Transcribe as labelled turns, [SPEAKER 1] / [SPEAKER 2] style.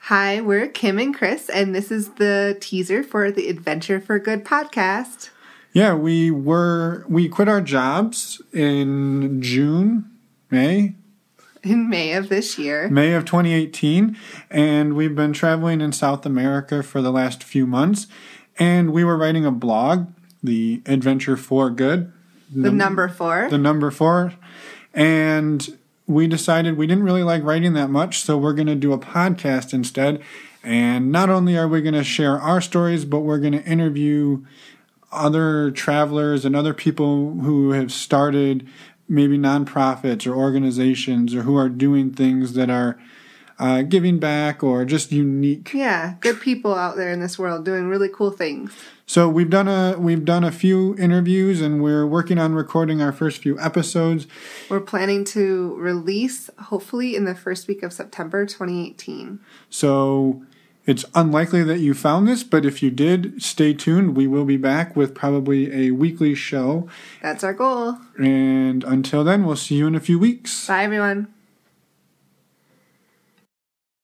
[SPEAKER 1] Hi, we're Kim and Chris, and this is the teaser for the Adventure for Good podcast.
[SPEAKER 2] Yeah, we were we quit our jobs in June, May,
[SPEAKER 1] in May of this year.
[SPEAKER 2] May of 2018, and we've been traveling in South America for the last few months, and we were writing a blog, the Adventure for Good,
[SPEAKER 1] The number four.
[SPEAKER 2] the number 4, and we decided we didn't really like writing that much, so we're going to do a podcast instead. And not only are we going to share our stories, but we're going to interview other travelers and other people who have started maybe nonprofits or organizations or who are doing things that are uh, giving back or just unique.
[SPEAKER 1] yeah, good people out there in this world doing really cool things.
[SPEAKER 2] So we've done a we've done a few interviews and we're working on recording our first few episodes.
[SPEAKER 1] We're planning to release hopefully in the first week of September 2018.
[SPEAKER 2] So it's unlikely that you found this, but if you did, stay tuned. We will be back with probably a weekly show.
[SPEAKER 1] That's our goal.
[SPEAKER 2] And until then, we'll see you in a few weeks.
[SPEAKER 1] Bye, everyone.